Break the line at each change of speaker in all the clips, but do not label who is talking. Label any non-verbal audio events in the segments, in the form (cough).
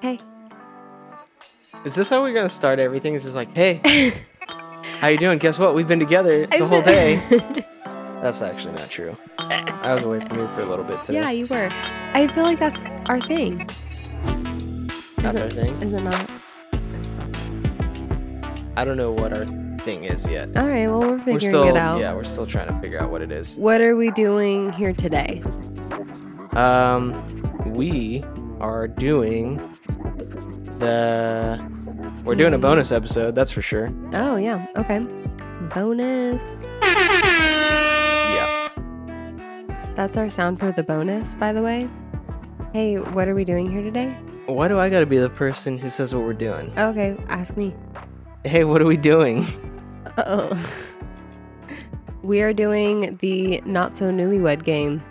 Hey.
Is this how we're gonna start everything? It's just like,
(laughs)
hey, how you doing? Guess what? We've been together the whole day.
(laughs)
That's actually not true. I was away from you for a little bit today.
yeah, you were. I feel like that's our thing. is
That's our thing.
Is it not?
I don't know what our thing is yet.
All right. Well, we're figuring
we're still,
it out.
yeah, we're still trying to figure out what it is.
What are we doing here today?
Um, we are doing the. We're doing a bonus episode, that's
(laughs)
for sure.
Oh yeah. Okay. Bonus.
Yeah.
That's our sound for the bonus, by the way. Hey, what are we doing here today?
Why do I gotta be the person who says what we're doing?
Okay, ask me.
Hey, what are we doing?
Oh. (laughs) we are doing the not so newlywed game.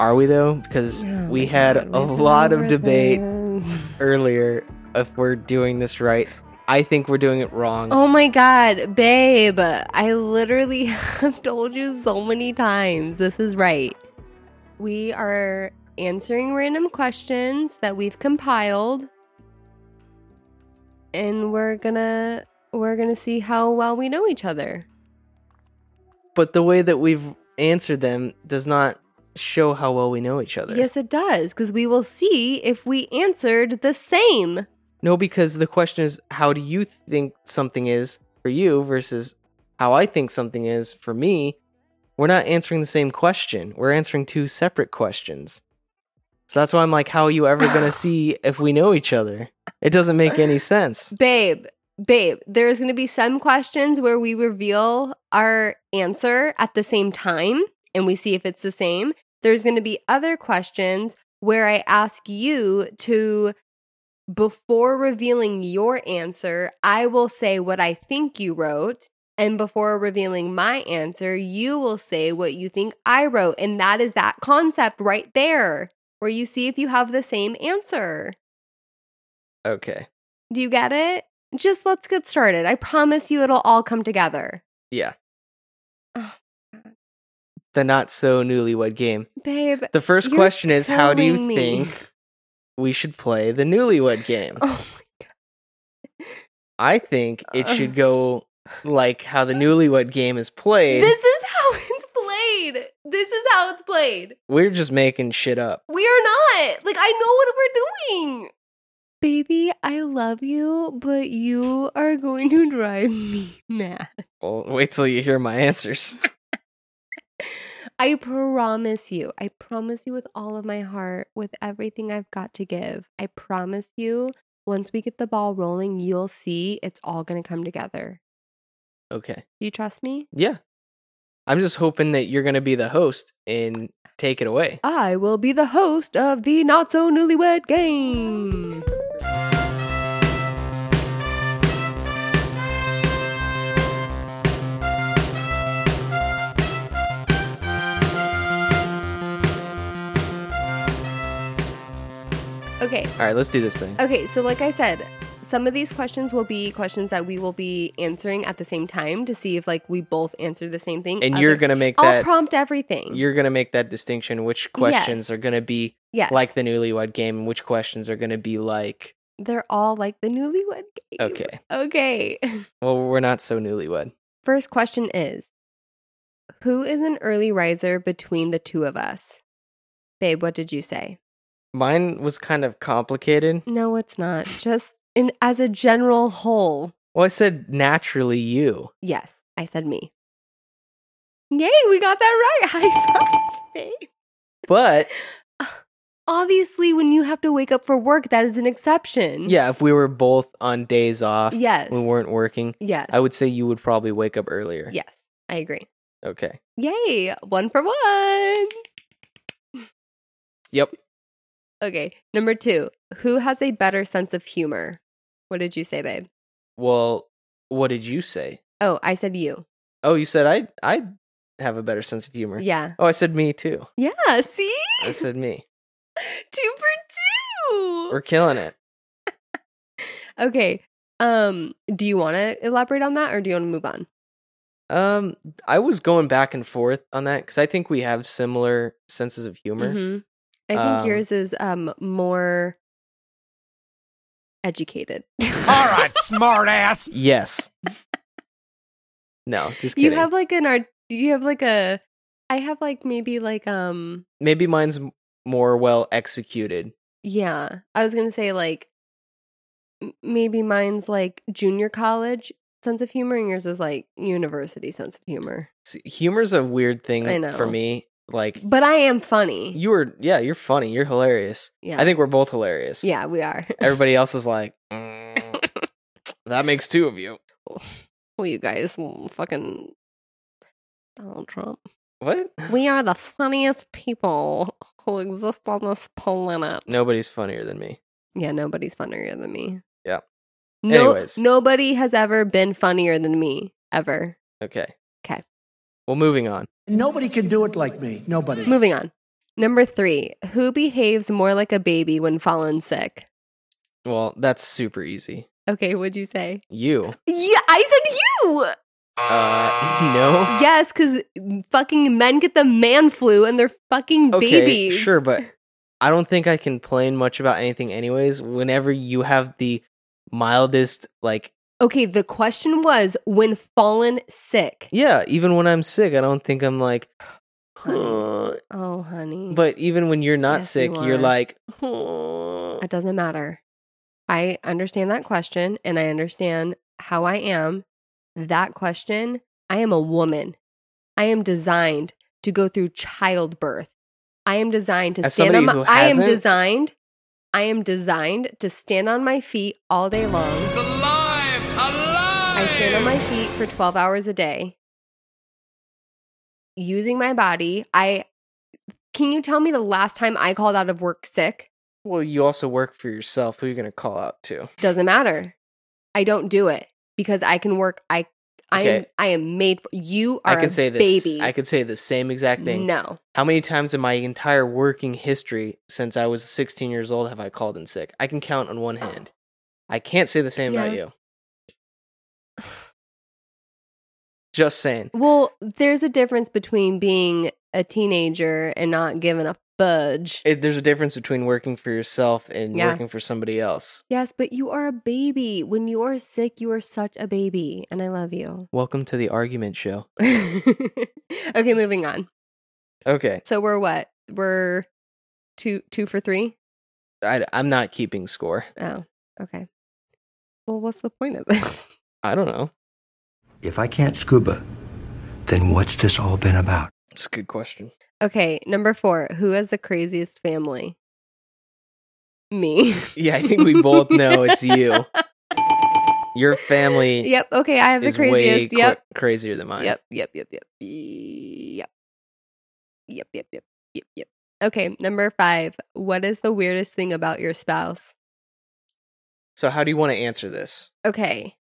Are we though? Because
Oh
we
my
had
God,
a
we've
lot of
never
debate
this.
earlier if we're doing this right. I think we're doing it wrong.
Oh my god, babe. I literally (laughs) have told you so many times this is right. We are answering random questions that we've compiled and we're going to we're going to see how well we know each other.
But the way that we've answered them does not show how well we know each other.
Yes, it does cuz we will see if we answered the same.
No, because the question is how do you think something is for you versus how I think something is for me? We're not answering the same question. We're answering two separate questions. So that's why I'm like, how are you
(sighs)
ever going to see if we know each other? It doesn't make
(laughs)
any sense.
Babe, babe, there's going to be some questions where we reveal our answer at the same time and we see if it's the same. There's going to be other questions where I ask you to, before revealing your answer, I will say what I think you wrote. And before revealing my answer, you will say what you think I wrote. And that is that concept right there, where you see if you have the same answer.
Okay.
Do you get it? Just let's get started. I promise you it'll all come together.
Yeah.
Oh,
The not so newlywed game.
Babe. (laughs)
The 1st
You're
question is how do you
killing me.
think we should play the newlywed game?
Oh,
I think it
Ugh.
should go like how the newlywed game is played.
this is how (laughs) it's played. This is how it's played.
We're just making shit up.
We are not. Like, I know what we're doing. Baby, I love you, but you are going to drive me (laughs) mad.
Well, Oh, wait till you hear my answers. (laughs)
I promise you. I promise you with all of my heart, with everything I've got to give. I promise you, once we get the ball rolling, you'll see it's all going to come together.
Okay.
Do you trust me?
Yeah. I'm just hoping that you're going to be the host and take it away.
I will be the host of the Not So Newlywed Game. Okay,
All right, let's do this thing.
Okay, so like I said, some of these questions will be questions that we will be answering at the same time to see if like we both answer the same thing.
And you're
Other-
going to make
I'll
that
prompt everything.
you're going to make that distinction which questions
Yes.
are going to be
yes.
like the newlywed game and which questions are going to be like
they're all like the newlywed game.
okay.
Okay. (laughs)
Well, we're not so newlywed.
First question is Who is an early riser between the two of us? Babe, what did you say?
Mine was kind of complicated.
No, it's not. Just in as a general whole.
Well, I said naturally you.
Yes, I said me. Yay, we got that right. (laughs) High five, babe.
But
Obviously, when you have to wake up for work, that is an exception.
yeah, if we were both on days off,
Mm-hmm. Yes.
we weren't working,
Yes.
I would say you would probably wake up earlier.
Yes, I agree.
Okay.
Yay! One for one.
Yep.
Okay. Number two. Who has a better sense of humor? What did you say, babe?
Well, what did you say?
Oh, I said you.
Oh, you said I I have a better sense of humor.
Yeah.
Oh, I said me too.
Yeah. See,
I said me.
two for two.
We're killing it.
Okay. Um. Do you want to elaborate on that, or do you want to move on?
Um, I was going back and forth on that because I think we have similar senses of humor.
Mhm. I Mm-hmm. think
Um,
yours is um more educated. (laughs)
All right, smart ass.
(laughs) Yes. no, just kidding.
you have like an art. You have like a. I have like maybe like um.
Maybe mine's m- more well executed.
Yeah, I was gonna say like. m- Maybe mine's like junior college sense of humor, and yours is like university sense of humor.
See, humor's a weird thing
I know.
for me. Like
But I am funny.
you were, yeah, you're funny. You're hilarious.
yeah,
I think we're both hilarious.
yeah, we are. (laughs)
Everybody else is like, "Mm, that makes two of you.
well, you guys, mm, fucking Donald
(laughs)
Trump.
What?
We are the funniest people who exist on this planet.
Nobody's funnier than me.
Yeah, nobody's funnier than me.
Yeah.
No,
Anyways.
nobody has ever been funnier than me ever.
Okay.
'Kay.
Well, moving on.
Nobody can do it like me. Nobody.
Moving on. Number three, who behaves more like a baby when fallen sick?
Well, that's super easy.
Okay, what'd you say?
You.
Yeah, I said you.
Uh, (laughs) no.
Yes, because fucking men get the man flu and they're fucking
Okay,
babies. (laughs)
sure, but I don't think I complain much about anything, anyways. Whenever you have the mildest, like,
Okay, the question was when fallen sick.
yeah, even when I'm sick, I don't think I'm like,
Honey.
"Huh."
Oh, honey.
but even when you're not
Yes,
sick,
you
you are
are.
like, "Huh."
It doesn't matter. I understand that question and I understand how I am. That question, I am a woman. I am designed to go through childbirth. I am designed to
As
stand on my
somebody who
I am
hasn't-
designed I am designed to stand on my feet all day long.
It's alive, alive.
I stand on my feet for 12 hours a day using my body. I Can you tell me the last time I called out of work sick?
well, you also work for yourself. Who are you going to call out to?
doesn't matter. I don't do it because I can work. I I am
Okay.
I am made for you
I
are
could
a
say this.
baby.
I could say the same exact thing.
No.
How many times in my entire working history since I was 16 years old have I called in sick? I can count on one hand. I can't say the same about
Yeah.
you. Just saying.
Well, there's a difference between being a teenager and not giving a fudge.
It, there's a difference between working for yourself and
Yeah.
working for somebody else.
Yes, but you are a baby. When you are sick, you are such a baby, and I love you. (laughs)
Welcome to the argument show.
okay, moving on.
Okay.
So we're what? We're two two for three.
I, I'm not keeping score.
Oh, okay. Well, what's the point of this?
I don't know.
If I can't scuba, then what's this all been about?
It's a good question.
Okay, number four. Who has the craziest family? Me. (laughs)
Yeah, I think we both know it's you. Your family
Yep. Okay, I have the
is way
craziest.
cra-
Yep.
crazier than mine.
Yep. Yep. Yep. Yep. Yep. Yep. Yep. Yep. Yep. Yep. Okay, number five. What is the weirdest thing about your spouse?
So, how do you want to answer this?
Okay,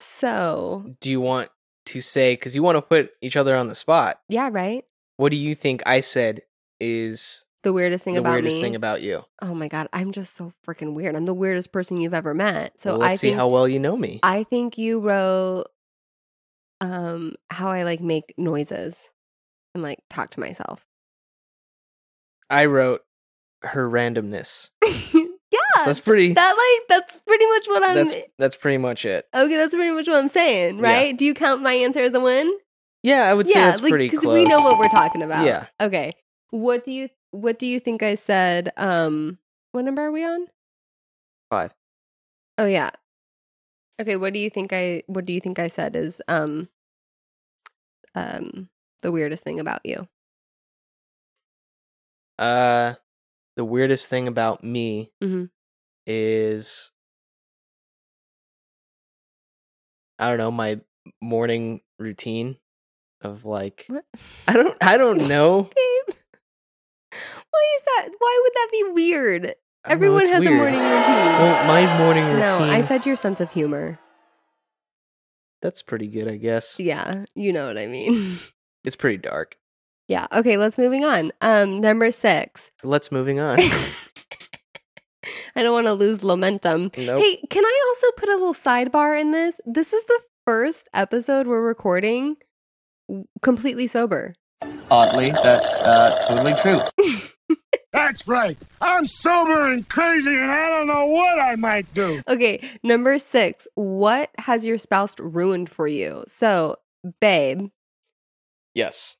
so
do you want to say because you want to put each other on the spot
yeah, right.
what do you think i said is
The weirdest thing
the
about
weirdest
me.
thing about you
oh my god, I'm just so freaking weird. I'm the weirdest person you've ever met. So
well, let's
I
see
think
how well you know me
I think you wrote um how I like make noises and like talk to myself. (laughs)
i wrote her randomness
yeah. um,
so that's pretty
that like that's pretty much what I'm
that's that's pretty much it
Okay, that's pretty much what I'm saying,
Yeah.
right? Do you count my answer as a win?
yeah i would say
yeah,
that's pretty close
we know what we're talking about.
Yeah.
Okay. What do you what do you think I said? Um what number are we on?
Five.
Oh yeah. Okay, what do you think I what do you think I said is um um the weirdest thing about you?
uh the weirdest thing about me
Mhm.
is i don't know my morning routine of like
What?
i don't i don't know
(laughs) Babe. Why is that? Why would that be weird?
I don't know,
Everyone
it's
has a
weird.
morning routine.
Well, my morning routine.
no, I said your sense of humor.
that's pretty good, I guess.
Yeah, you know what I mean.
It's pretty dark.
yeah. Okay, let's moving on. Um, number six.
Let's
(laughs)
moving on. (laughs)
I don't want to lose momentum.
Nope.
Hey, can I also put a little sidebar in this? This is the first episode we're recording w- completely sober. (laughs)
Oddly, that's uh, totally true. That's right. I'm sober and crazy, and I don't know what I might do.
Okay, number six. What has your spouse ruined for you? So, babe,
Yes.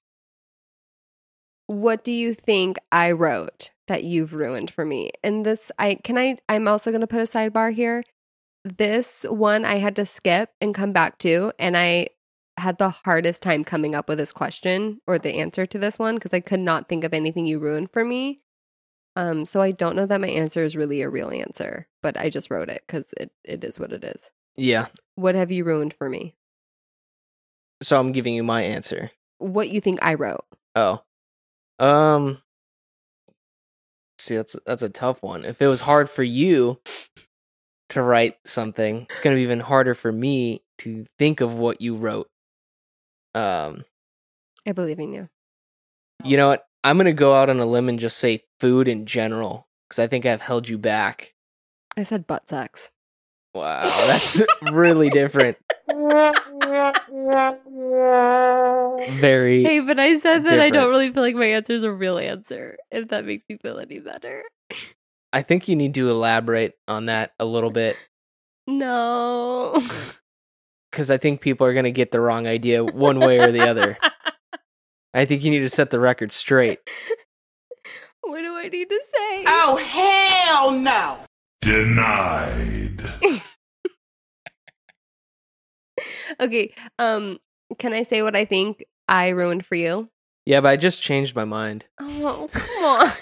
what do you think I wrote that you've ruined for me? And this, I can I. I'm also going to put a sidebar here. This one I had to skip and come back to, and I had the hardest time coming up with this question or the answer to this one because I could not think of anything you ruined for me. Um, so I don't know that my answer is really a real answer, but I just wrote it because it, it is what it is.
Yeah.
What have you ruined for me?
So I'm giving you my answer.
What you think I wrote?
Oh. Um See, that's that's a tough one. If it was hard for you to write something, it's going to be even harder for me to think of what you wrote. Um,
I believe in you. Oh.
you know what? I'm going to go out on a limb and just say food in general cuz I think I've held you back.
I said butt sex. (laughs)
Wow, that's really different. Very
Hey, but I said that I don't
different.
really feel like my answer is a real answer, if that makes you feel any better.
I think you need to elaborate on that a little bit
No.
because I think people are going to get the wrong idea (laughs) one way or the other. I think you need to set the record straight.
(laughs) What do I need to say?
Oh, hell no!
Denied.
(laughs) Okay. Um, can I say what I think I ruined for
(laughs)
you?
Yeah, but I just changed my mind.
Oh, come on.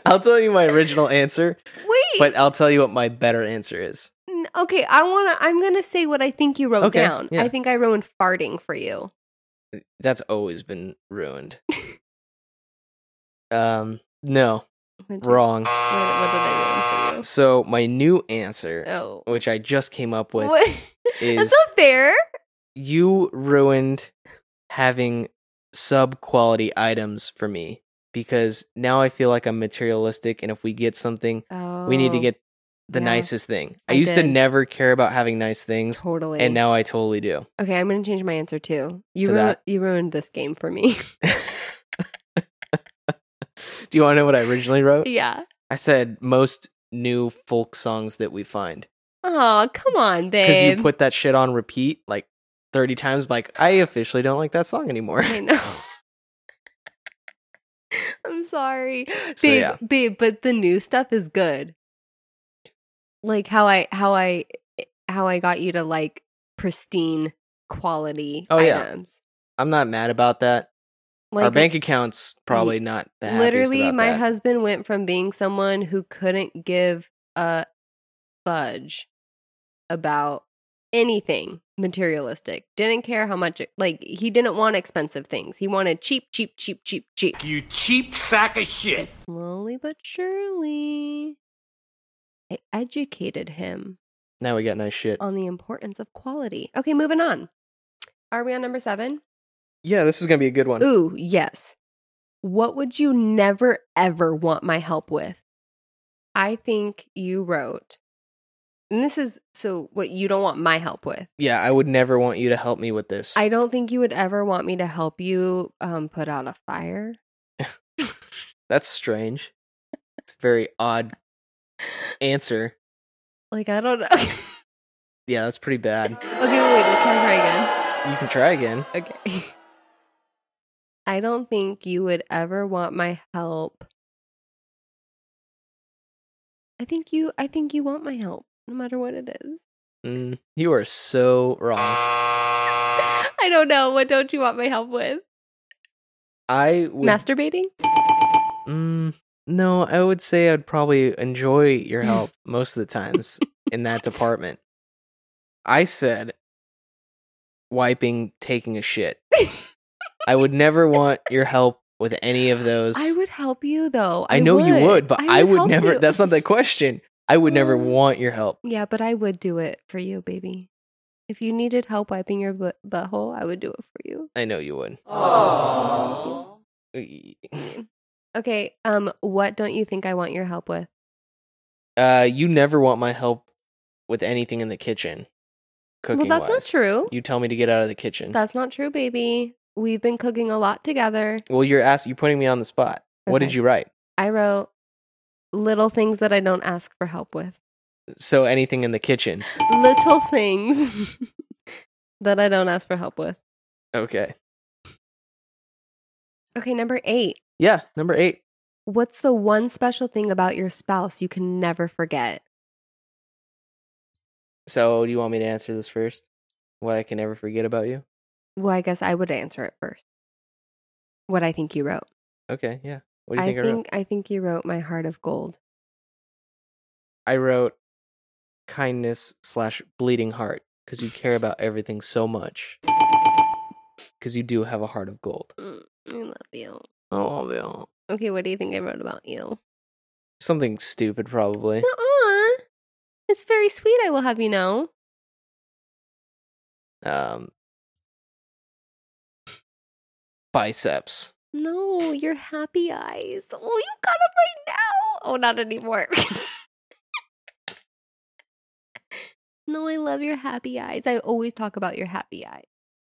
(laughs)
(laughs) I'll tell you my original answer,
Wait.
but I'll tell you what my better answer is.
N- okay, I wanna I'm gonna say what I think you wrote
Okay,
down.
yeah.
I think I ruined farting for you.
That's always been ruined. um, no,
What did-
wrong.
What, what did I ruin for
So my new answer,
you? Oh.
which I just came up uh, with,
What?
is-
(laughs) That's not fair.
you ruined having sub quality items for me because now I feel like I'm materialistic. And if we get something,
Oh,
we need to get the
yeah.
nicest thing. I,
I
used to
did.
never care about having nice things,
totally.
and now I totally do.
okay, I'm gonna change my answer too. You
To
ru-
that.
you ruined this game for
(laughs)
me. (laughs)
Do you want to know what I originally
(laughs)
wrote?
yeah.
I said most new folk songs that we find
Oh, come on,
because
babe.
you put that shit on repeat like 30 times. Like I officially don't like that song anymore.
(laughs) I know. (laughs) I'm sorry,
(laughs) So,
babe.
yeah.
Babe, but the new stuff is good. Like how I how I eh, how I got you to like pristine quality
Oh, yeah.
items.
I'm not mad about that.
Like
Our bank account's probably not the happiest
literally,
about
my
that.
husband went from being someone who couldn't give a fudge about anything materialistic. Didn't care how much. It, like he didn't want expensive things. He wanted cheap, cheap, cheap, cheap, cheap.
You cheap sack of shit.
And slowly but surely, I educated him
Now we got nice shit.
on the importance of quality. Okay, moving on. Are we on number seven?
Yeah, this is gonna be a good one.
Ooh, yes. What would you never ever want my help with? I think you wrote, and this is so what you don't want my help with.
Yeah, I would never want you to help me with this.
I don't think you would ever want me to help you um, put out a fire.
That's strange. It's a very odd answer.
Like, I don't (laughs) know. okay,
Yeah, that's pretty bad.
wait, wait, let can I try again?
You can try again.
Okay. (laughs) I don't think you would ever want my help. I think you I think you want my help no matter what it is.
Mm, you are so wrong.
I don't know. What don't you want my help with?
I would.
Masturbating?
Mm, no, I would say I'd probably enjoy
(laughs)
your help most of the times in that department. I said wiping, taking
(laughs)
a shit. I would never want your help with any of those.
I would help you though.
I know you would, but I would,
help
never.
you.
That's not the question. I would never
Um,
want your help.
Yeah, but I would do it for you, baby. If you needed help wiping your butt- butthole, I would do it for you.
I know you would. Oh.
Okay. Um, what don't you think I want your help with?
Uh, you never want my help with anything in the kitchen. Cooking.
well, that's not
wise.
true.
You tell me to get out of the kitchen.
That's not true, baby. We've been cooking a lot together.
well, you're asking. You're putting me on the spot. What did
Okay.
you write?
I wrote little things that I don't ask for help with.
So anything in the kitchen.
Little things (laughs) that I don't ask for help with.
Okay.
Okay, number eight.
Yeah, number eight.
What's the one special thing about your spouse you can never forget?
So do you want me to answer this first? What I can never forget about you?
Well, I guess I would answer it first. What I think you wrote.
Okay, yeah. What do you think I,
I
wrote?
think I think you wrote my heart of gold.
I wrote kindness slash bleeding heart because you care about everything so much. Because you do have a heart of gold.
Mm, I love you.
Oh, Bill.
Okay, what do you think I wrote about you?
Something stupid, probably.
Nuh-uh. It's very sweet, I will have you know.
Um, biceps.
No, your happy eyes. Oh, you got them right now. Oh, not anymore. (laughs) no, I love your happy eyes. I always talk about your happy eyes.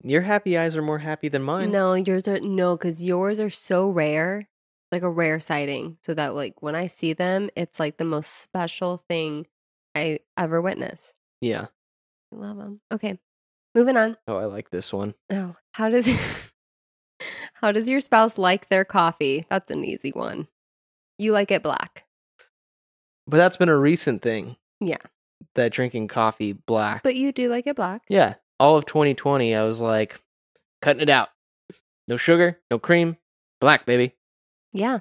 Your happy eyes are more happy than mine.
No, yours are no, because yours are so rare, like a rare sighting. So that like when I see them, it's like the most special thing I ever witness.
Yeah.
I love them. Okay, moving on.
Oh, I like this one.
Oh, how does (laughs) how does your spouse like their coffee? That's an easy one. You like it black,
But that's been a recent thing.
Yeah.
That drinking coffee black.
but you do like it black.
yeah. All of 2020, I was like, cutting it out. No sugar, no cream, black, baby.
Yeah.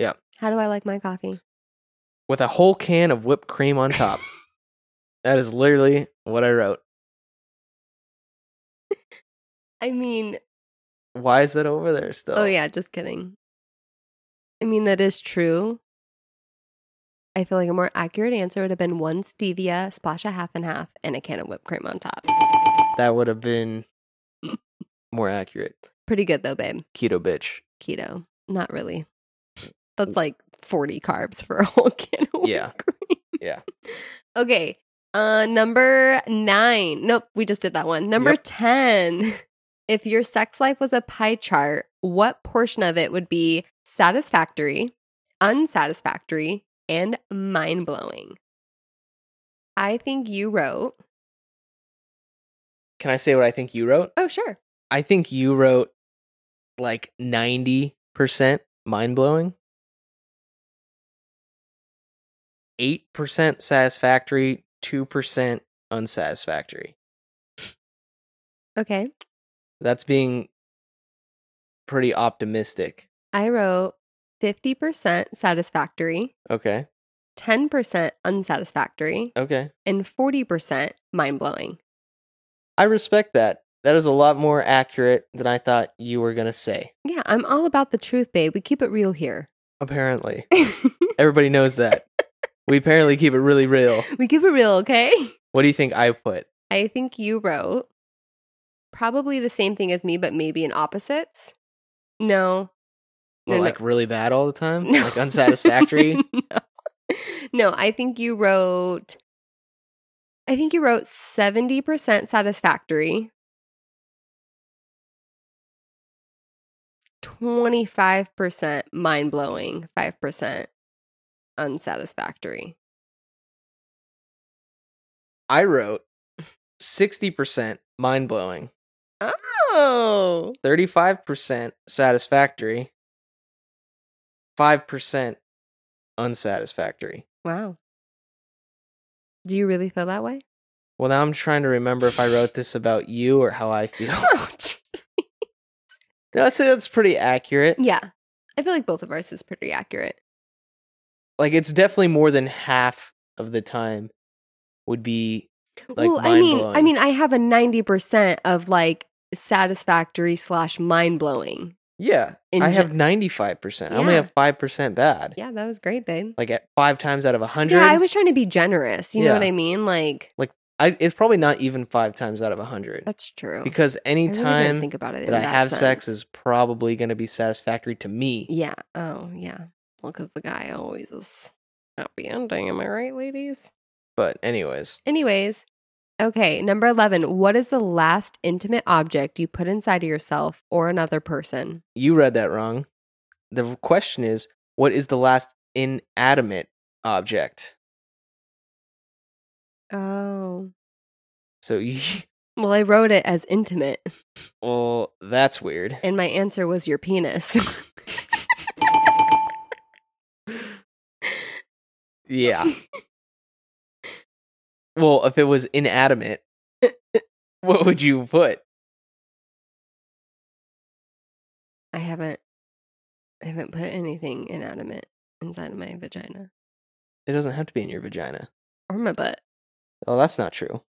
Yeah.
How do I like my coffee?
With a whole can of whipped cream
(laughs)
on top. that is literally what I wrote.
I mean,
Why is that over there still?
oh yeah, just kidding. I mean that is true. I feel like a more accurate answer would have been one stevia, splash a half and half, and a can of whipped cream on top.
That would have been more accurate.
Pretty good though, babe.
Keto bitch.
Keto, not really. That's like forty carbs for a whole (laughs) can of whipped
Mm. Yeah.
cream.
Yeah.
(laughs) Okay. Uh number 9. Nope, we just did that one. Number
Yep.
10. If your sex life was a pie chart, what portion of it would be satisfactory, unsatisfactory, and mind-blowing? I think you wrote.
Can I say what I think you wrote?
Oh, sure.
I think you wrote like 90% mind blowing, 8% satisfactory, 2% unsatisfactory.
Okay.
That's being pretty optimistic.
I wrote 50% satisfactory,
Okay.
10% unsatisfactory,
Okay.
and 40% mind-blowing.
I respect that. That is a lot more accurate than I thought you were going to say.
Yeah, I'm all about the truth, babe. We keep it real here.
Apparently, everybody knows that. we apparently keep it really real.
(laughs) We keep it real, okay?
What do you think I put?
I think you wrote probably the same thing as me, but maybe in opposites. No.
Well,
No, no.
like really bad all the time?
(laughs) No.
(laughs) Like unsatisfactory?
(laughs) no. no, I think you wrote. I think you wrote 70% satisfactory, 25% mind blowing, 5% unsatisfactory.
I wrote 60% mind blowing,
Oh.
35% satisfactory, 5% unsatisfactory.
Wow. Do you really feel that way?
Well, now I'm trying to remember if I wrote this about you or how
(laughs)
I feel. no, I'd say that's pretty accurate.
yeah. I feel like both of ours is pretty accurate.
Like, it's definitely more than half of the time would be like
well,
mind
I mean,
blowing.
I mean, I have a ninety percent of like satisfactory slash mind blowing.
yeah,
in
I
ge-
have 95%. I only
Yeah.
have 5% bad.
Yeah, that was great, babe.
Like, at five times out of a 100.
Yeah, I was trying to be generous. You know what
Yeah.
I mean? Like
I, it's probably not even five times out of a hundred
that's true.
because any
I really
time
didn't think about it
that
in
I
that
have sex
sense.
is probably going to be satisfactory to me.
yeah. Oh yeah. Well, because the guy always is happy ending. Am I right, ladies?
But anyways,
Anyways, okay. Number eleven. What is the last intimate object you put inside of yourself or another person?
you read that wrong. The question is, What is the last inanimate object?
Oh.
So (laughs) you,
Well, I wrote it as intimate,
well, that's weird.
and my answer was your penis. (laughs) (laughs)
Yeah. well, if it was
(laughs)
inanimate, what would you put?
I haven't I haven't put anything inanimate inside of my vagina
It doesn't have to be in your vagina.
or my butt. (laughs)
Oh, that's not true.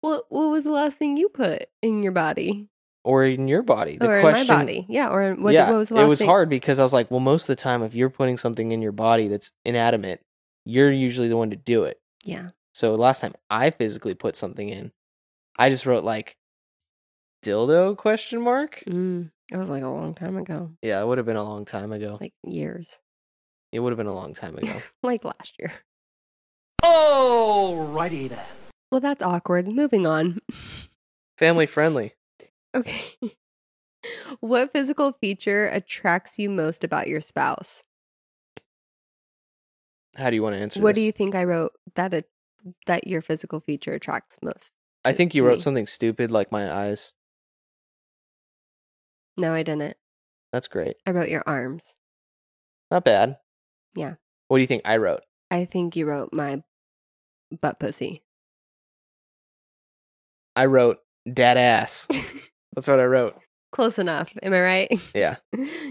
What what was the last thing you put in your body
Or in your body. The
or in
question,
my body? Yeah, or in- what,
yeah,
what was the last
it was
thing?
hard because I was like, well, most of the time, if you're putting something in your body that's inanimate, you're usually the one to do it.
Yeah.
So last time I physically put something in, I just wrote like dildo question mark.
Mm, it was like a long time ago,
Yeah, it would have been a long time ago.
like years,
It would have been a long
(laughs)
time ago.
like last year.
Alrighty then.
Well, that's awkward. Moving on. (laughs)
Family friendly.
Okay. what physical feature attracts you most about your spouse?
How do you want to answer
what
this?
do you think I wrote that a, that your physical feature attracts most?
I
to-
think you
to
wrote
me?
something stupid like my eyes.
No, I didn't.
That's great.
I wrote your arms.
Not bad.
Yeah.
What do you think I wrote?
I think you wrote my butt pussy.
I wrote dad ass.
(laughs)
That's what I wrote.
Close enough. Am I right? (laughs)
Yeah.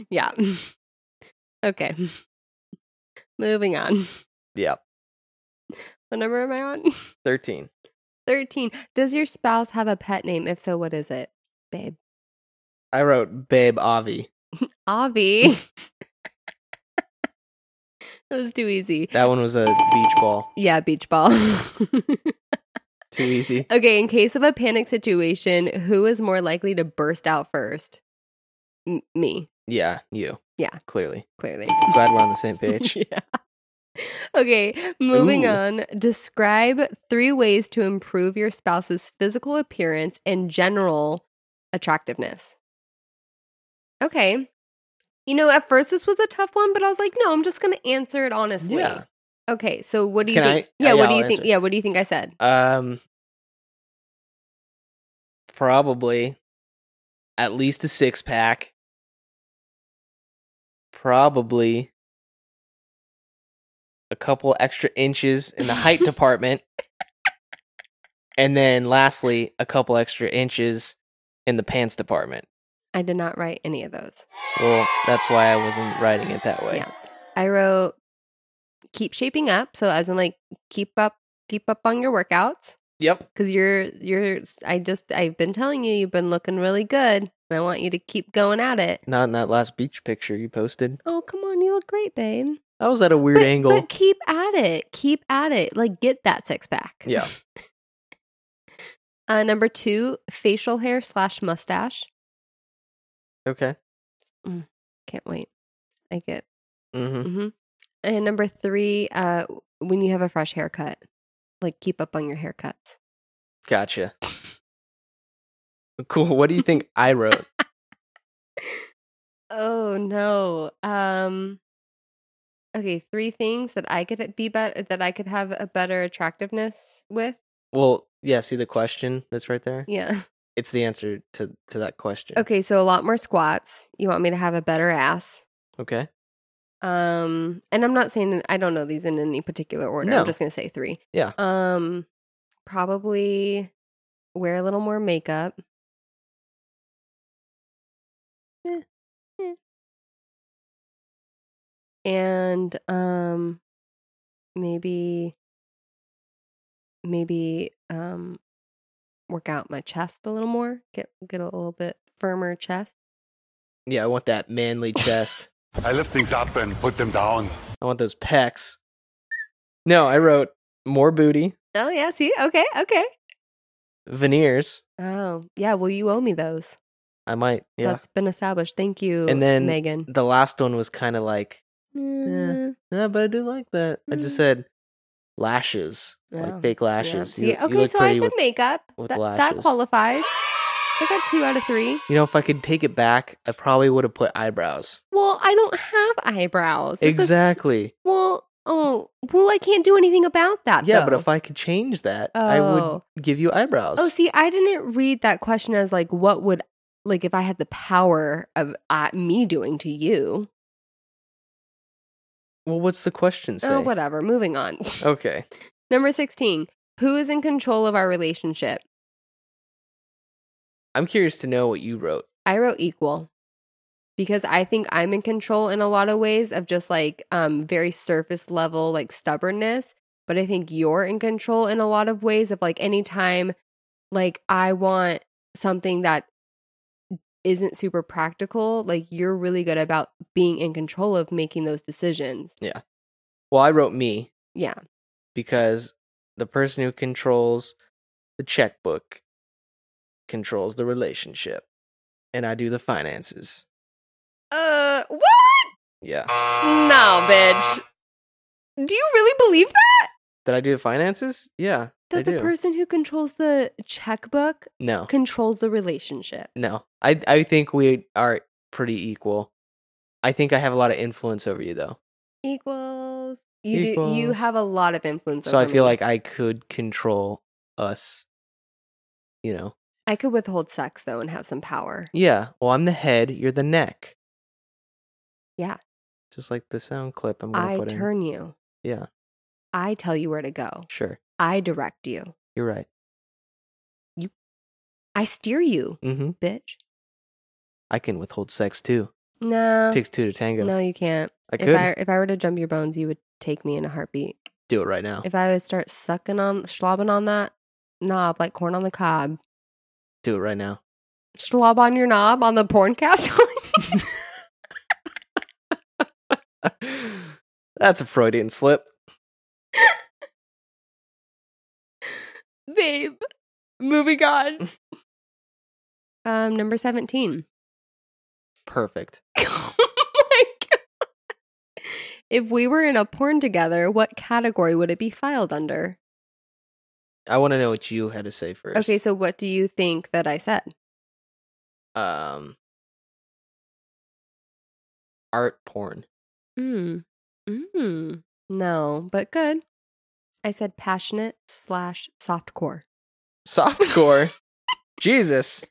yeah. (laughs) Okay. (laughs) Moving on.
Yeah.
What number am I on? (laughs)
13.
13. Does your spouse have a pet name? If so, what is it? Babe.
I wrote babe Avi.
Avi. (laughs) that was too easy.
That one was a beach ball.
Yeah, beach ball. (laughs)
Too easy.
okay, in case of a panic situation, who is more likely to burst out first? M- me,
Yeah, you.
Yeah.
Clearly.
clearly.
Glad we're on the same page.
(laughs) yeah. Okay, moving
Ooh.
on. Describe three ways to improve your spouse's physical appearance and general attractiveness. Okay. You know, at first this was a tough one, but I was like, no, I'm just going to answer it honestly.
Yeah.
Okay, so what do you
Can
think?
I-
yeah,
yeah,
what do
I'll
you think?
answer.
Yeah, what do you think I said?
Um probably at least a six pack. Probably a couple extra inches in
(laughs)
the height department. And then lastly, a couple extra inches in the pants department.
I did not write any of those.
Well, that's why I wasn't writing it that way.
Yeah. I wrote keep shaping up, so as in like keep up keep up on your workouts.
Yep.
because you're you're i just i've been telling you you've been looking really good and i want you to keep going at it
Not in that last beach picture you posted.
oh come on you look great babe
That was at a weird
but,
angle.
but keep at it keep at it like get that six-pack
yeah.
uh, number two facial hair slash mustache
Okay.
can't wait i get
hmm
hmm and number three uh when you have a fresh haircut like keep up on your haircuts
Gotcha. Cool. What do you think I wrote?
oh no um okay three things that i could be better that i could have a better attractiveness with
Well, yeah, see the question that's right there?
Yeah. (laughs)
It's the answer to, to that question.
Okay, so a lot more squats. You want me to have a better ass.
Okay.
Um and I'm not saying I don't know these in any particular order.
No.
I'm just going to say 3.
Yeah.
Um probably wear a little more makeup.
Eh.
Eh. And um maybe maybe um work out my chest a little more. Get get a little bit firmer chest.
Yeah, I want that manly chest.
I lift things up and put them down.
I want those pecs. No, I wrote more booty,
Oh yeah, see? Okay, okay.
veneers.
Oh, yeah. Well, you owe me those.
I might, yeah.
That's been established. Thank you.
And then-
Megan.
The last one was kind of like, no, but I do like that. I just
Mm.
said lashes,
Oh,
like fake
Yeah.
lashes.
See,
You- you
okay,
look
so I
pretty
said
with-
makeup.
with
That- that
lashes.
qualifies. I got two out of three.
You know, if I could take it back, I probably would have put eyebrows.
Well, I don't have eyebrows. It's a s-
exactly.
well, oh, well, I can't do anything about that.
Yeah, but
though.
if I could change that, I would
Oh.
give you eyebrows.
Oh, see, I didn't read that question as like, what would, like, if I had the power of uh, me doing to you.
well, what's the question say?
Oh, whatever. Moving on.
(laughs)
(laughs)
Okay.
Number 16. Who is in control of our relationship?
I'm curious to know what you wrote.
I wrote equal because I think I'm in control in a lot of ways of just like um, very surface level, like stubbornness. But I think you're in control in a lot of ways of like anytime, like I want something that isn't super practical, like you're really good about being in control of making those decisions.
Well, I wrote me
Yeah.
because the person who controls the checkbook controls the relationship, and I do the finances.
Uh, what?
Yeah.
No, bitch. Do you really believe that?
Did I do the finances? Yeah. I
That the
do.
person who controls the checkbook
no.
controls the relationship.
No. I I think we are pretty equal. I think I have a lot of influence over you though.
Equals. You do. You
Equals.
have a lot of influence.
so I
over
feel
me.
like I could control us. You know.
I could withhold sex though and have some power.
Yeah. Well, I'm the head, you're the neck.
Yeah.
Just like the sound clip I'm going to
I
put
turn you.
in. Yeah.
I tell you where to go.
Sure.
I direct you.
You're right.
I steer you,
Mhm.
bitch.
I can withhold sex too.
No,
Takes two to tango.
Oh, no, you can't.
I
If
could
I if I were to jump your bones, you would take me in a heartbeat.
do it right now.
If I would start sucking on, slobbing on that knob like corn on the cob,
do it right now. (laughs)
slob on your knob on the (laughs) porncast.
That's a Freudian slip.
babe. Moving
(laughs)
on. Um, number seventeen. (laughs)
Perfect.
oh my god! (laughs) If we were in a porn together, what category would it be filed under?
I want to know what you had to say first.
Okay, so what do you think that I said?
um art porn. (laughs)
Mm. Mm. No, but good. I said passionate slash softcore.
Softcore.
(laughs)
Jesus.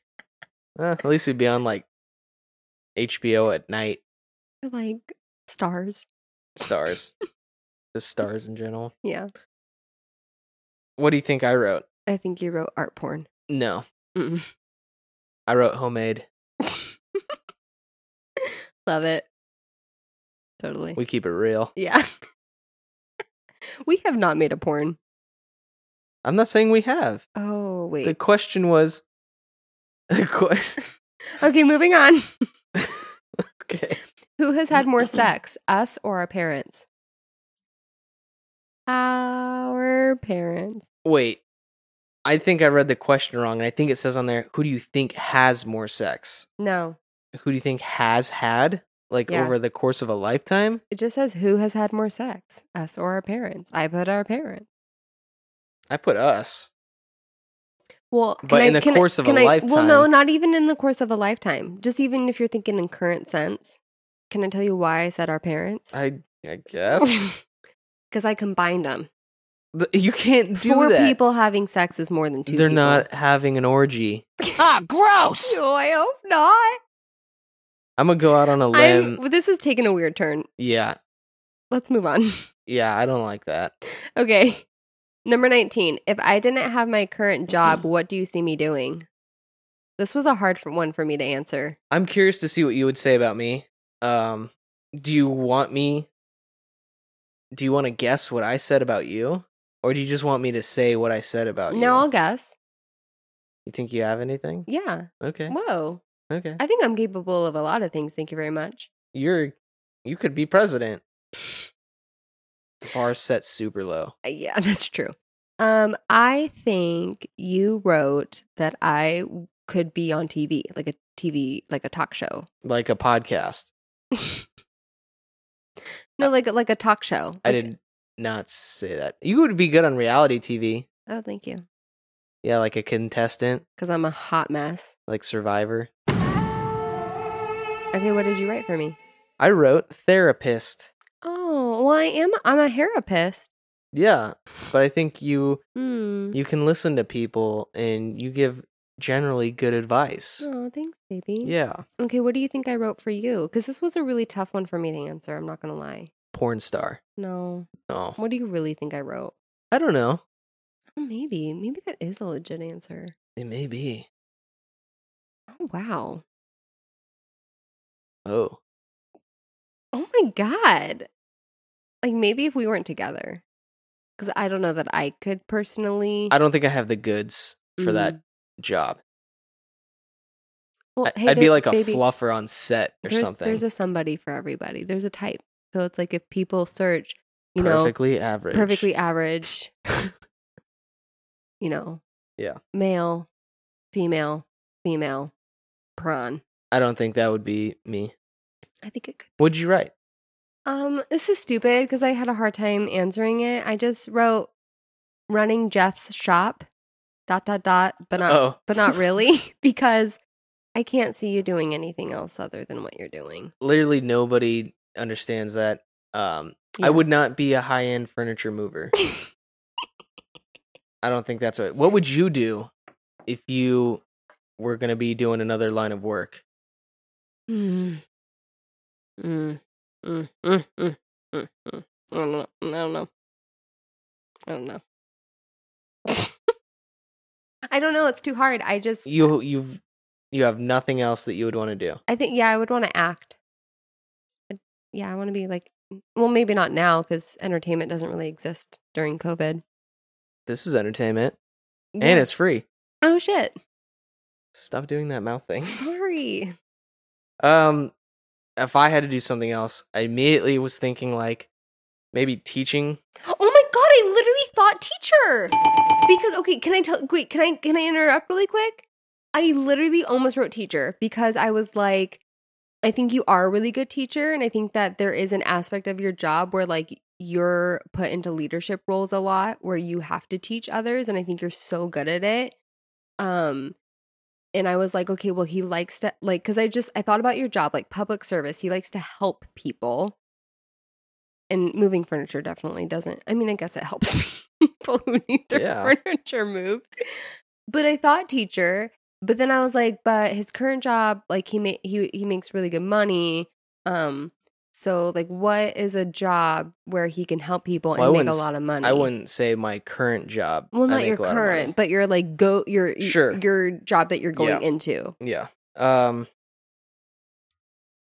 Uh, at least we'd be on like HBO at night
Or like stars.
stars. the stars in general.
Yeah.
What do you think I wrote?
I think you wrote art porn.
No.
Mm.
I wrote homemade.
(laughs) Love it. Totally.
We keep it real.
(laughs) yeah. we have not made a porn.
I'm not saying we have.
Oh, wait.
The question was (laughs) the question.
okay, moving on.
okay.
Who has had (clears throat) more sex, us or our parents? Our parents.
Wait. I think I read the question wrong and I think it says on there who do you think has more sex?
No,
who do you think has had like
Yeah.
over the course of a lifetime?
it just says who has had more sex, us or our parents. I put our parents.
I put us.
Well, can
But
I-
in the
can I-
course of a
can I- Well, no,
lifetime-
not even in the course of a lifetime. Just even if you're thinking in current sense. Can I tell you why I said our parents?
I I
(laughs)
guess
Because I combined them.
Th- you can't do
Four
that.
people having sex is more than two.
They're
people.
not having an orgy.
(laughs)
Ah, gross!
Oh, I hope not.
I'm gonna go out on a limb.
I'm, this is taking a weird turn.
yeah,
Let's move on.
yeah. I don't like that.
Okay. (laughs) Number 19. If I didn't have my current
(clears throat)
job, what do you see me doing? This was a hard for- one for me to answer.
I'm curious to see what you would say about me. Um, do you want me? Do you want to guess what I said about you, or do you just want me to say what I said about you?
Now I'll guess.
You think you have anything?
Yeah.
Okay.
Whoa.
Okay.
I think I'm capable of a lot of things. Thank you very much.
you're you could be president. The bar set super low.
Uh, Yeah, (laughs) that's true. Um, I think you wrote that I w- could be on TV, like a TV, like a talk show.
Like a podcast.
No, like a- like a talk show.
I
Like-
did not say that. You would be good on reality TV.
Oh, thank you.
Yeah, like a contestant,
because I'm a hot mess.
like Survivor.
Okay, what did you write for me?
I wrote therapist.
Oh, well, I am. I'm a therapist.
Yeah, but I think you
Hmm.
you can listen to people and you give generally good advice.
Oh, thanks, baby.
Yeah,
Okay, what do you think I wrote for you? Because this was a really tough one for me to answer. I'm not gonna lie.
porn star.
No.
Oh,
What do you really think I wrote?
I don't know.
Oh, maybe. Maybe that is a legit answer.
It may be.
Oh wow.
Oh,
Oh my god. Like maybe if we weren't together. Because I don't know that I could personally. mm,
I don't think I have the goods for that job.
Mm-hmm. Well,
I-
hey,
I'd be
there-
like a
baby,
fluffer on set or
there's,
something.
There's a somebody for everybody. There's a type. So it's like if people search, you know,
perfectly average.
perfectly average. you know.
Yeah.
Male, female, female, prawn.
I don't think that would be me.
I think it could.
What'd you write?
Um, this is stupid because I had a hard time answering it. I just wrote running Jeff's shop, dot dot dot, but not
Oh.
but
(laughs)
not really because I can't see you doing anything else other than what you're doing.
Literally nobody understands that. Um, I
Yeah.
would not be a high end furniture mover. I don't think that's what. What would you do if you were going to be doing another line of work?
Mm. Mm. Mm. Mm. Mm. Mm. Mm. I don't know. I don't know. I don't know. I don't know. It's too hard. I just,
You you've you have nothing else that you would want to do.
I think, yeah, I would want to act. I- Yeah, I want to be like, well, maybe not now because entertainment doesn't really exist during COVID.
This is entertainment
Yeah.
and it's free.
oh shit.
Stop doing that mouth thing.
Sorry.
Um, if I had to do something else, I immediately was thinking like maybe teaching.
Oh my god, I literally thought teacher. Because okay, can I tell wait, can I can I interrupt really quick? I literally almost wrote teacher because I was like I think you are a really good teacher and I think that there is an aspect of your job where like you're put into leadership roles a lot where you have to teach others and I think you're so good at it. Um and I was like, okay, well he likes to like cuz I just I thought about your job like public service. He likes to help people and moving furniture definitely doesn't. I mean, I guess it helps (laughs) people who need their
Yeah.
furniture moved. But I thought teacher, but then I was like, but his current job, like he ma- he he makes really good money. Um, so like, what is a job where he can help people
Well, I
and make a
wouldn't s-
lot of money?
I wouldn't say my current job.
Well,
I
not
make
your
a lot of
current,
money.
but your like go your
Sure.
your job that you're going
Yeah.
into.
yeah. Um.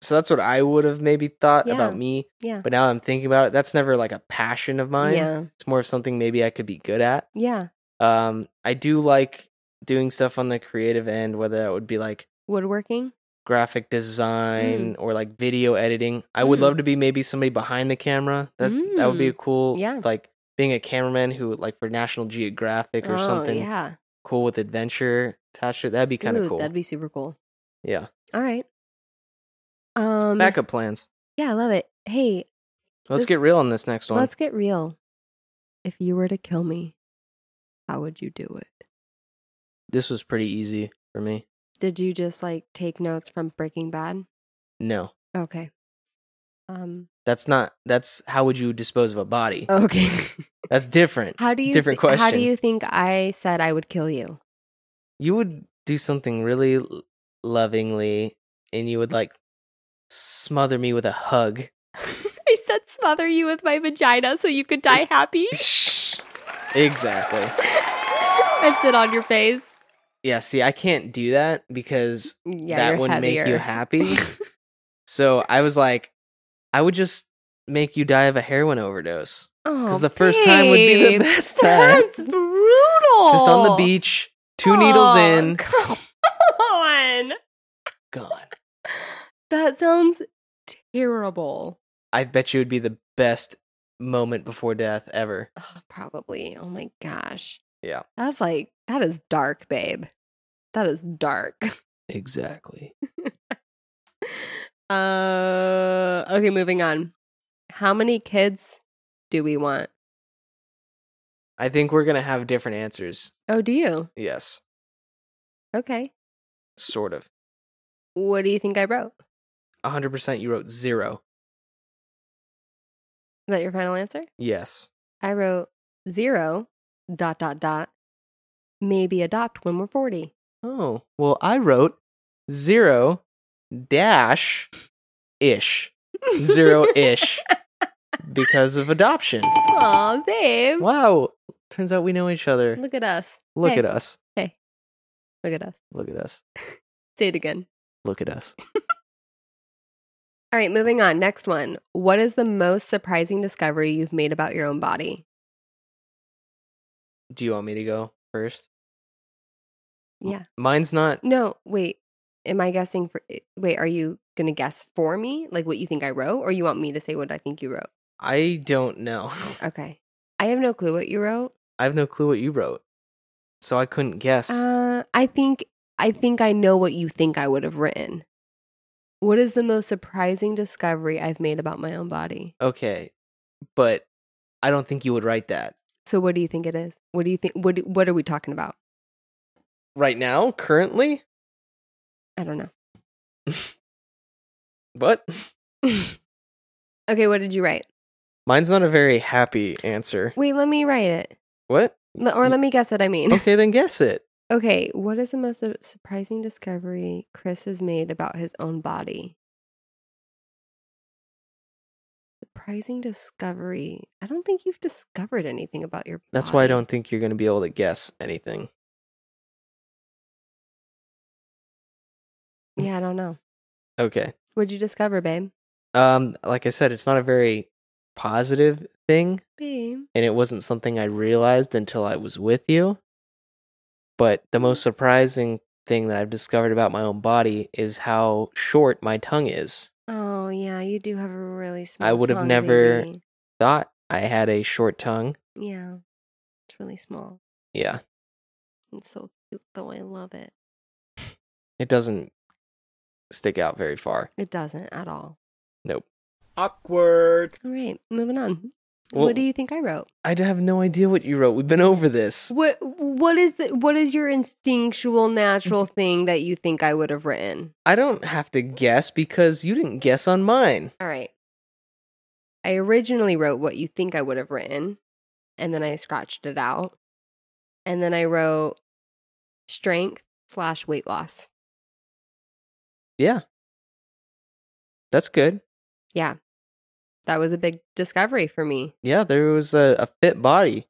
So that's what I would have maybe thought
Yeah.
about me.
Yeah.
But now I'm thinking about it. That's never like a passion of mine.
Yeah,
It's more of something maybe I could be good at.
yeah.
Um, I do like doing stuff on the creative end, whether that would be like
Woodworking.
graphic design or like video editing. I would
Mm.
love to be maybe somebody behind the camera. That that would be a cool.
Yeah.
Like being a cameraman who like for National Geographic or
oh,
something
Yeah,
cool with adventure attached to it. That'd be kind of
Ooh,
cool.
That'd be super cool.
yeah.
All right. Um,
Backup plans.
Yeah, I love it. Hey,
Let's
Let's-
get real on this next one.
let's get real. If you were to kill me, how would you do it?
This was pretty easy for me.
Did you just like take notes from Breaking Bad?
No.
Okay. Um
That's not that's how would you dispose of a body? (laughs)
okay.
That's different.
Oh, how do you
different
thi-
question.
How do you think I said I would kill you?
you would do something really l- lovingly and you would like smother me with a hug.
I said smother you with my vagina so you could die (laughs) happy
Exactly.
and sit on your face.
Yeah, see, I can't do that because
Yeah,
that
you're
would
heavier.
make
(laughs)
you happy. so I was like, I would just make you die of a heroin overdose. Because the first time would be the
Oh, babe.
best time.
That's brutal.
Just on the beach, two needles
Aw,
in.
Come (laughs) on.
God.
That sounds terrible.
I bet you would be the best moment before death ever.
Ugh, probably. Oh my gosh.
Yeah.
That's like, that is dark, babe. That is dark. (laughs)
Exactly.
Uh, okay, moving on. How many kids do we want?
I think we're going to have different answers.
Oh, do you?
Yes,
Okay.
sort of.
What do you think I wrote?
100% you wrote zero.
Is that your final answer?
Yes.
I wrote zero, dot, dot, dot, maybe adopt when we're 40.
Oh, well, I wrote zero dash ish. Zero (laughs) ish because of adoption.
(laughs) Aw, babe.
Wow. Turns out we know each other.
Look at us.
Look
Hey,
at us.
Look at us.
Look at us.
Say it again.
Look at us.
All right, moving on. Next one. What is the most surprising discovery you've made about your own body?
Do you want me to go first?
Yeah.
Mine's not.
No, wait. Am I guessing for? eh, Wait, are you going to guess for me? Like what you think I wrote? Or you want me to say what I think you wrote?
I don't know. (laughs)
Okay. I have no clue what you wrote.
I have no clue what you wrote. So I couldn't guess.
Uh, I think I think I know what you think I would have written. What is the most surprising discovery I've made about my own body?
okay. But I don't think you would write that.
So what do you think it is? What do you think what what are we talking about?
Right now, currently?
I don't know.
What?
Okay, what did you write?
Mine's not a very happy answer.
Wait, let me write it.
What?
L- Or let me guess what I mean.
Okay, then guess it.
Okay, what is the most su- surprising discovery Chris has made about his own body? Surprising discovery. I don't think you've discovered anything about your
That's why I
body.
don't think you're going to be able to guess anything.
Yeah, I don't know.
Okay.
What'd you discover, babe?
Um like I said, it's not a very positive thing
Babe.
and it wasn't something I realized until I was with you. But the most surprising thing that I've discovered about my own body is how short my tongue is.
Oh yeah, you do have a really small.
I would have
tongue,
never-
baby.
Thought I had a short tongue.
Yeah, it's really small.
Yeah,
It's so cute, though. I love it.
it doesn't stick out very far.
It doesn't at all.
Nope.
Awkward.
All right, moving on.
Well-
what do you think I wrote?
I have no idea what you wrote. We've been over this.
What What is the What is your instinctual, natural
Mm-hmm.
thing that you think I would have written?
I don't have to guess because you didn't guess on mine.
All right. I originally wrote what you think I would have written, and then I scratched it out, and then I wrote strength slash weight loss.
Yeah. That's good.
Yeah. That was a big discovery for me.
Yeah, there was a, a fit body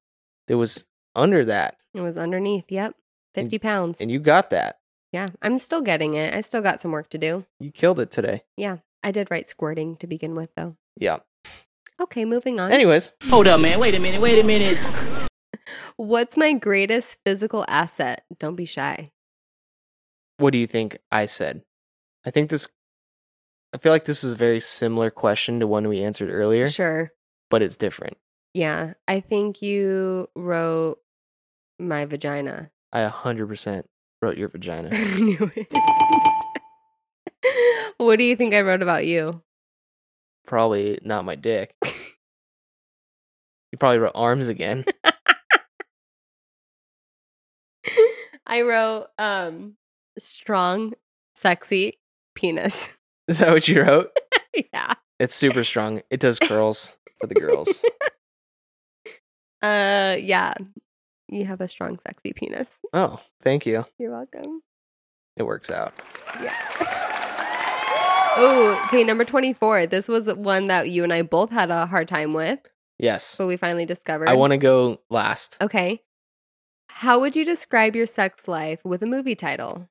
that was under that,
It was underneath, yep, 50 pounds.
and you got that.
yeah, I'm still getting it. I still got some work to do.
You killed it today.
Yeah, I did write squirting to begin with, though.
Yeah.
Okay, moving on.
Anyways,
Hold up, man. Wait a minute. Wait a minute.
What's my greatest physical asset? Don't be shy.
what do you think I said? I think this, I feel like this was a very similar question to one we answered earlier,
Sure.
but it's different.
Yeah, I think you wrote my vagina. (laughs)
I 100% wrote your vagina.
I knew it. what do you think I wrote about you?
probably not my dick. you probably wrote arms again.
I wrote um strong, sexy penis. (laughs)
Is that what you wrote?
yeah.
It's super strong. It does curls for the girls.
Uh yeah. You have a strong sexy penis.
Oh, thank you.
You're welcome.
It works out.
Oh, okay, number 24. This was one that you and I both had a hard time with,
Yes.
but we finally discovered.
I want to go last.
Okay. How would you describe your sex life with a movie title?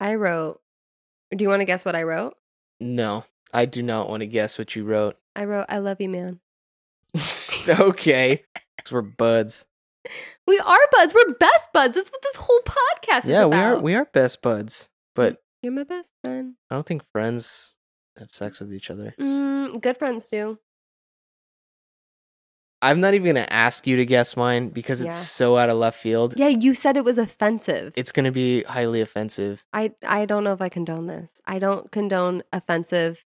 I wrote Do you want to guess what I wrote?
No, I do not want to guess what you wrote. (laughs)
I wrote I love you, man.
okay. 'Cause we're buds.
We are buds. We're best buds. That's what this whole podcast is
Yeah,
about. Mm.
we are we are best buds, but
You're my best friend.
I don't think friends have sex with each other.
Mm, good friends do.
I'm not even going to ask you to guess mine because it's
Yeah.
so out of left field.
(laughs) Yeah, you said it was offensive.
It's going to be highly offensive.
I I don't know if I condone this. I don't condone offensive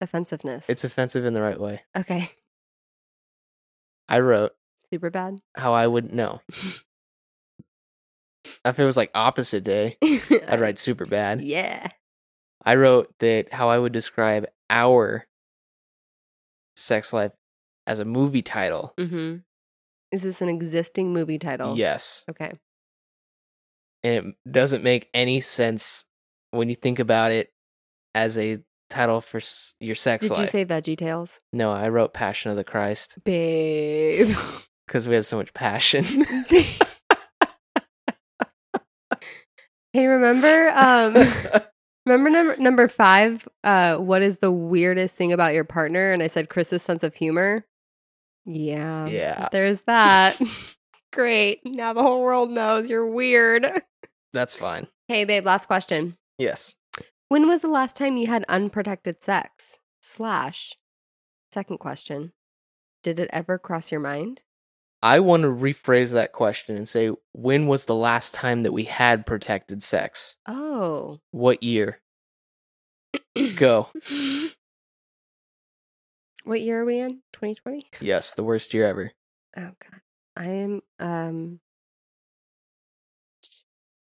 offensiveness.
It's offensive in the right way.
okay.
I wrote
(laughs) Super bad.
how I would
(laughs)
know. if it was like opposite day,
(laughs)
I'd write super bad.
Uh, Yeah.
I wrote that how I would describe our sex life as a movie title.
Mm-hmm. Is this an existing movie title?
Yes.
Okay.
And it doesn't make any sense when you think about it as a title for s- your sex
Did
life.
you say Veggie Tales?
no, I wrote Passion of the Christ
Babe.
because we have so much
(laughs)
passion. (laughs)
hey, remember
(laughs)
um remember number number five, uh, what is the weirdest thing about your partner? And I said Chris's sense of humor. Yeah.
yeah,
There's that. Great. Now the whole world knows you're weird.
that's fine.
Hey babe, last question.
Yes.
When was the last time you had unprotected sex? Slash. Second question. Did it ever cross your mind?
I want to rephrase that question and say, when was the last time that we had protected sex?
Oh. (clears throat)
What year? Go.
What year are we in? 2020?
Yes, the worst year ever.
Oh god. I am um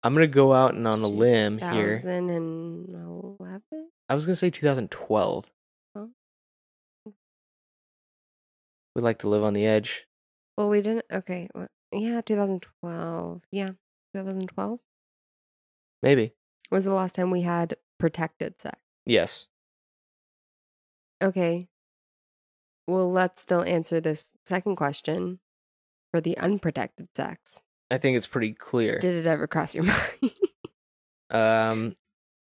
I'm gonna go out and on a limb here.
2011?
I was gonna say 2012.
Huh?
We like to live on the edge.
Well, we didn't Okay. What? Yeah, 2012. Yeah. 2012
Maybe.
was the last time we had protected sex.
Yes.
Okay. Well, let's still answer this second question for the unprotected sex.
I think it's pretty clear.
Did it ever cross your (laughs) mind?
um,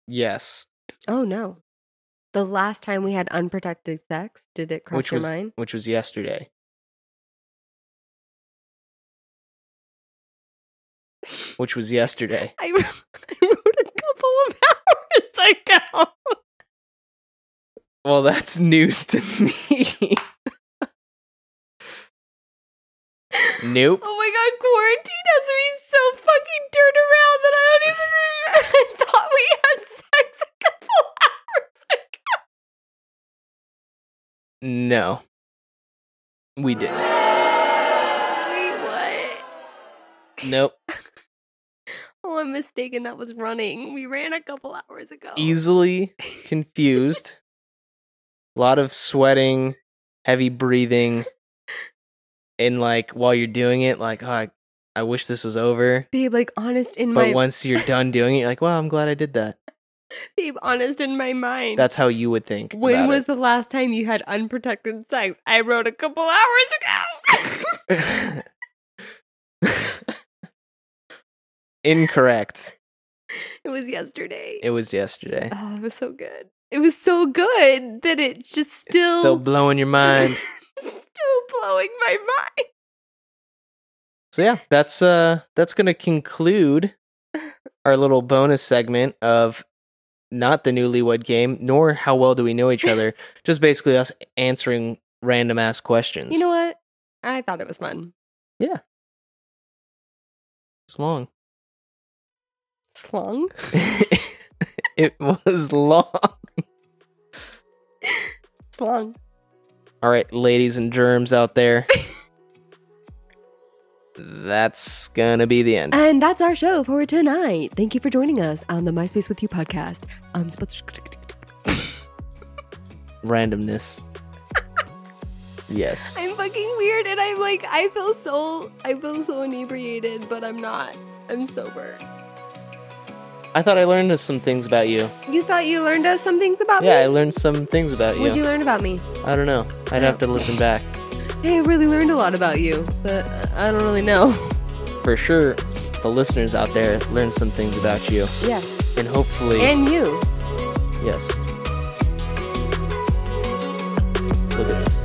yes.
oh no. The last time we had unprotected sex, did it cross
which
your
was
mind?
which was yesterday. Which was yesterday.
I (laughs) wrote, I wrote a couple of hours (laughs) ago.
Well, that's news
(laughs)
to (laughs) me. nope.
Oh my god, quarantine has me so fucking turned around that I don't even remember. (laughs) I thought we had sex a couple (laughs) hours ago.
No. We didn't.
Wait, what?
Nope.
Oh, I'm mistaken. That was running. We ran a couple hours ago.
Easily confused. A lot of sweating, heavy breathing. And like while you're doing it, like, oh, I, I wish this was over.
Babe, like honest in
But
my
once you're done doing it, you're like, wow, I'm glad I
(laughs)
did that.
babe, honest in my mind.
That's how you would think.
when
about
was
it.
the last time you had unprotected sex? I wrote a couple hours ago. (laughs)
(laughs) incorrect?
it was yesterday.
It was yesterday.
oh, it was so good. It was so good that it's just
It's
still
still blowing your mind.
(laughs) still blowing my mind.
So yeah, that's uh that's gonna conclude our little bonus segment of not the newlywed game, nor how well do we know
(laughs)
each other, just basically us answering random ass questions.
You know what? I thought it was fun.
It's long. (laughs)
Slung.
it was long.
Slung.
Alright, ladies and germs out there. that's gonna be the end.
And that's our show for tonight. Thank you for joining us on the MySpace with You podcast. Um, (laughs)
Randomness. Yes.
I'm fucking weird, and I'm like, I feel so, I feel so inebriated, but I'm not. I'm sober.
I thought I learned some things about you.
You thought you learned us some things about
Yeah, I
me?
learned some things about
What'd you learn about me?
I don't know. I'd have to listen back.
Hey, I really learned a lot about you, but I I don't really know.
For sure, the listeners out there learned some things about you.
Yes.
And hopefully,
And you.
yes. Look at this.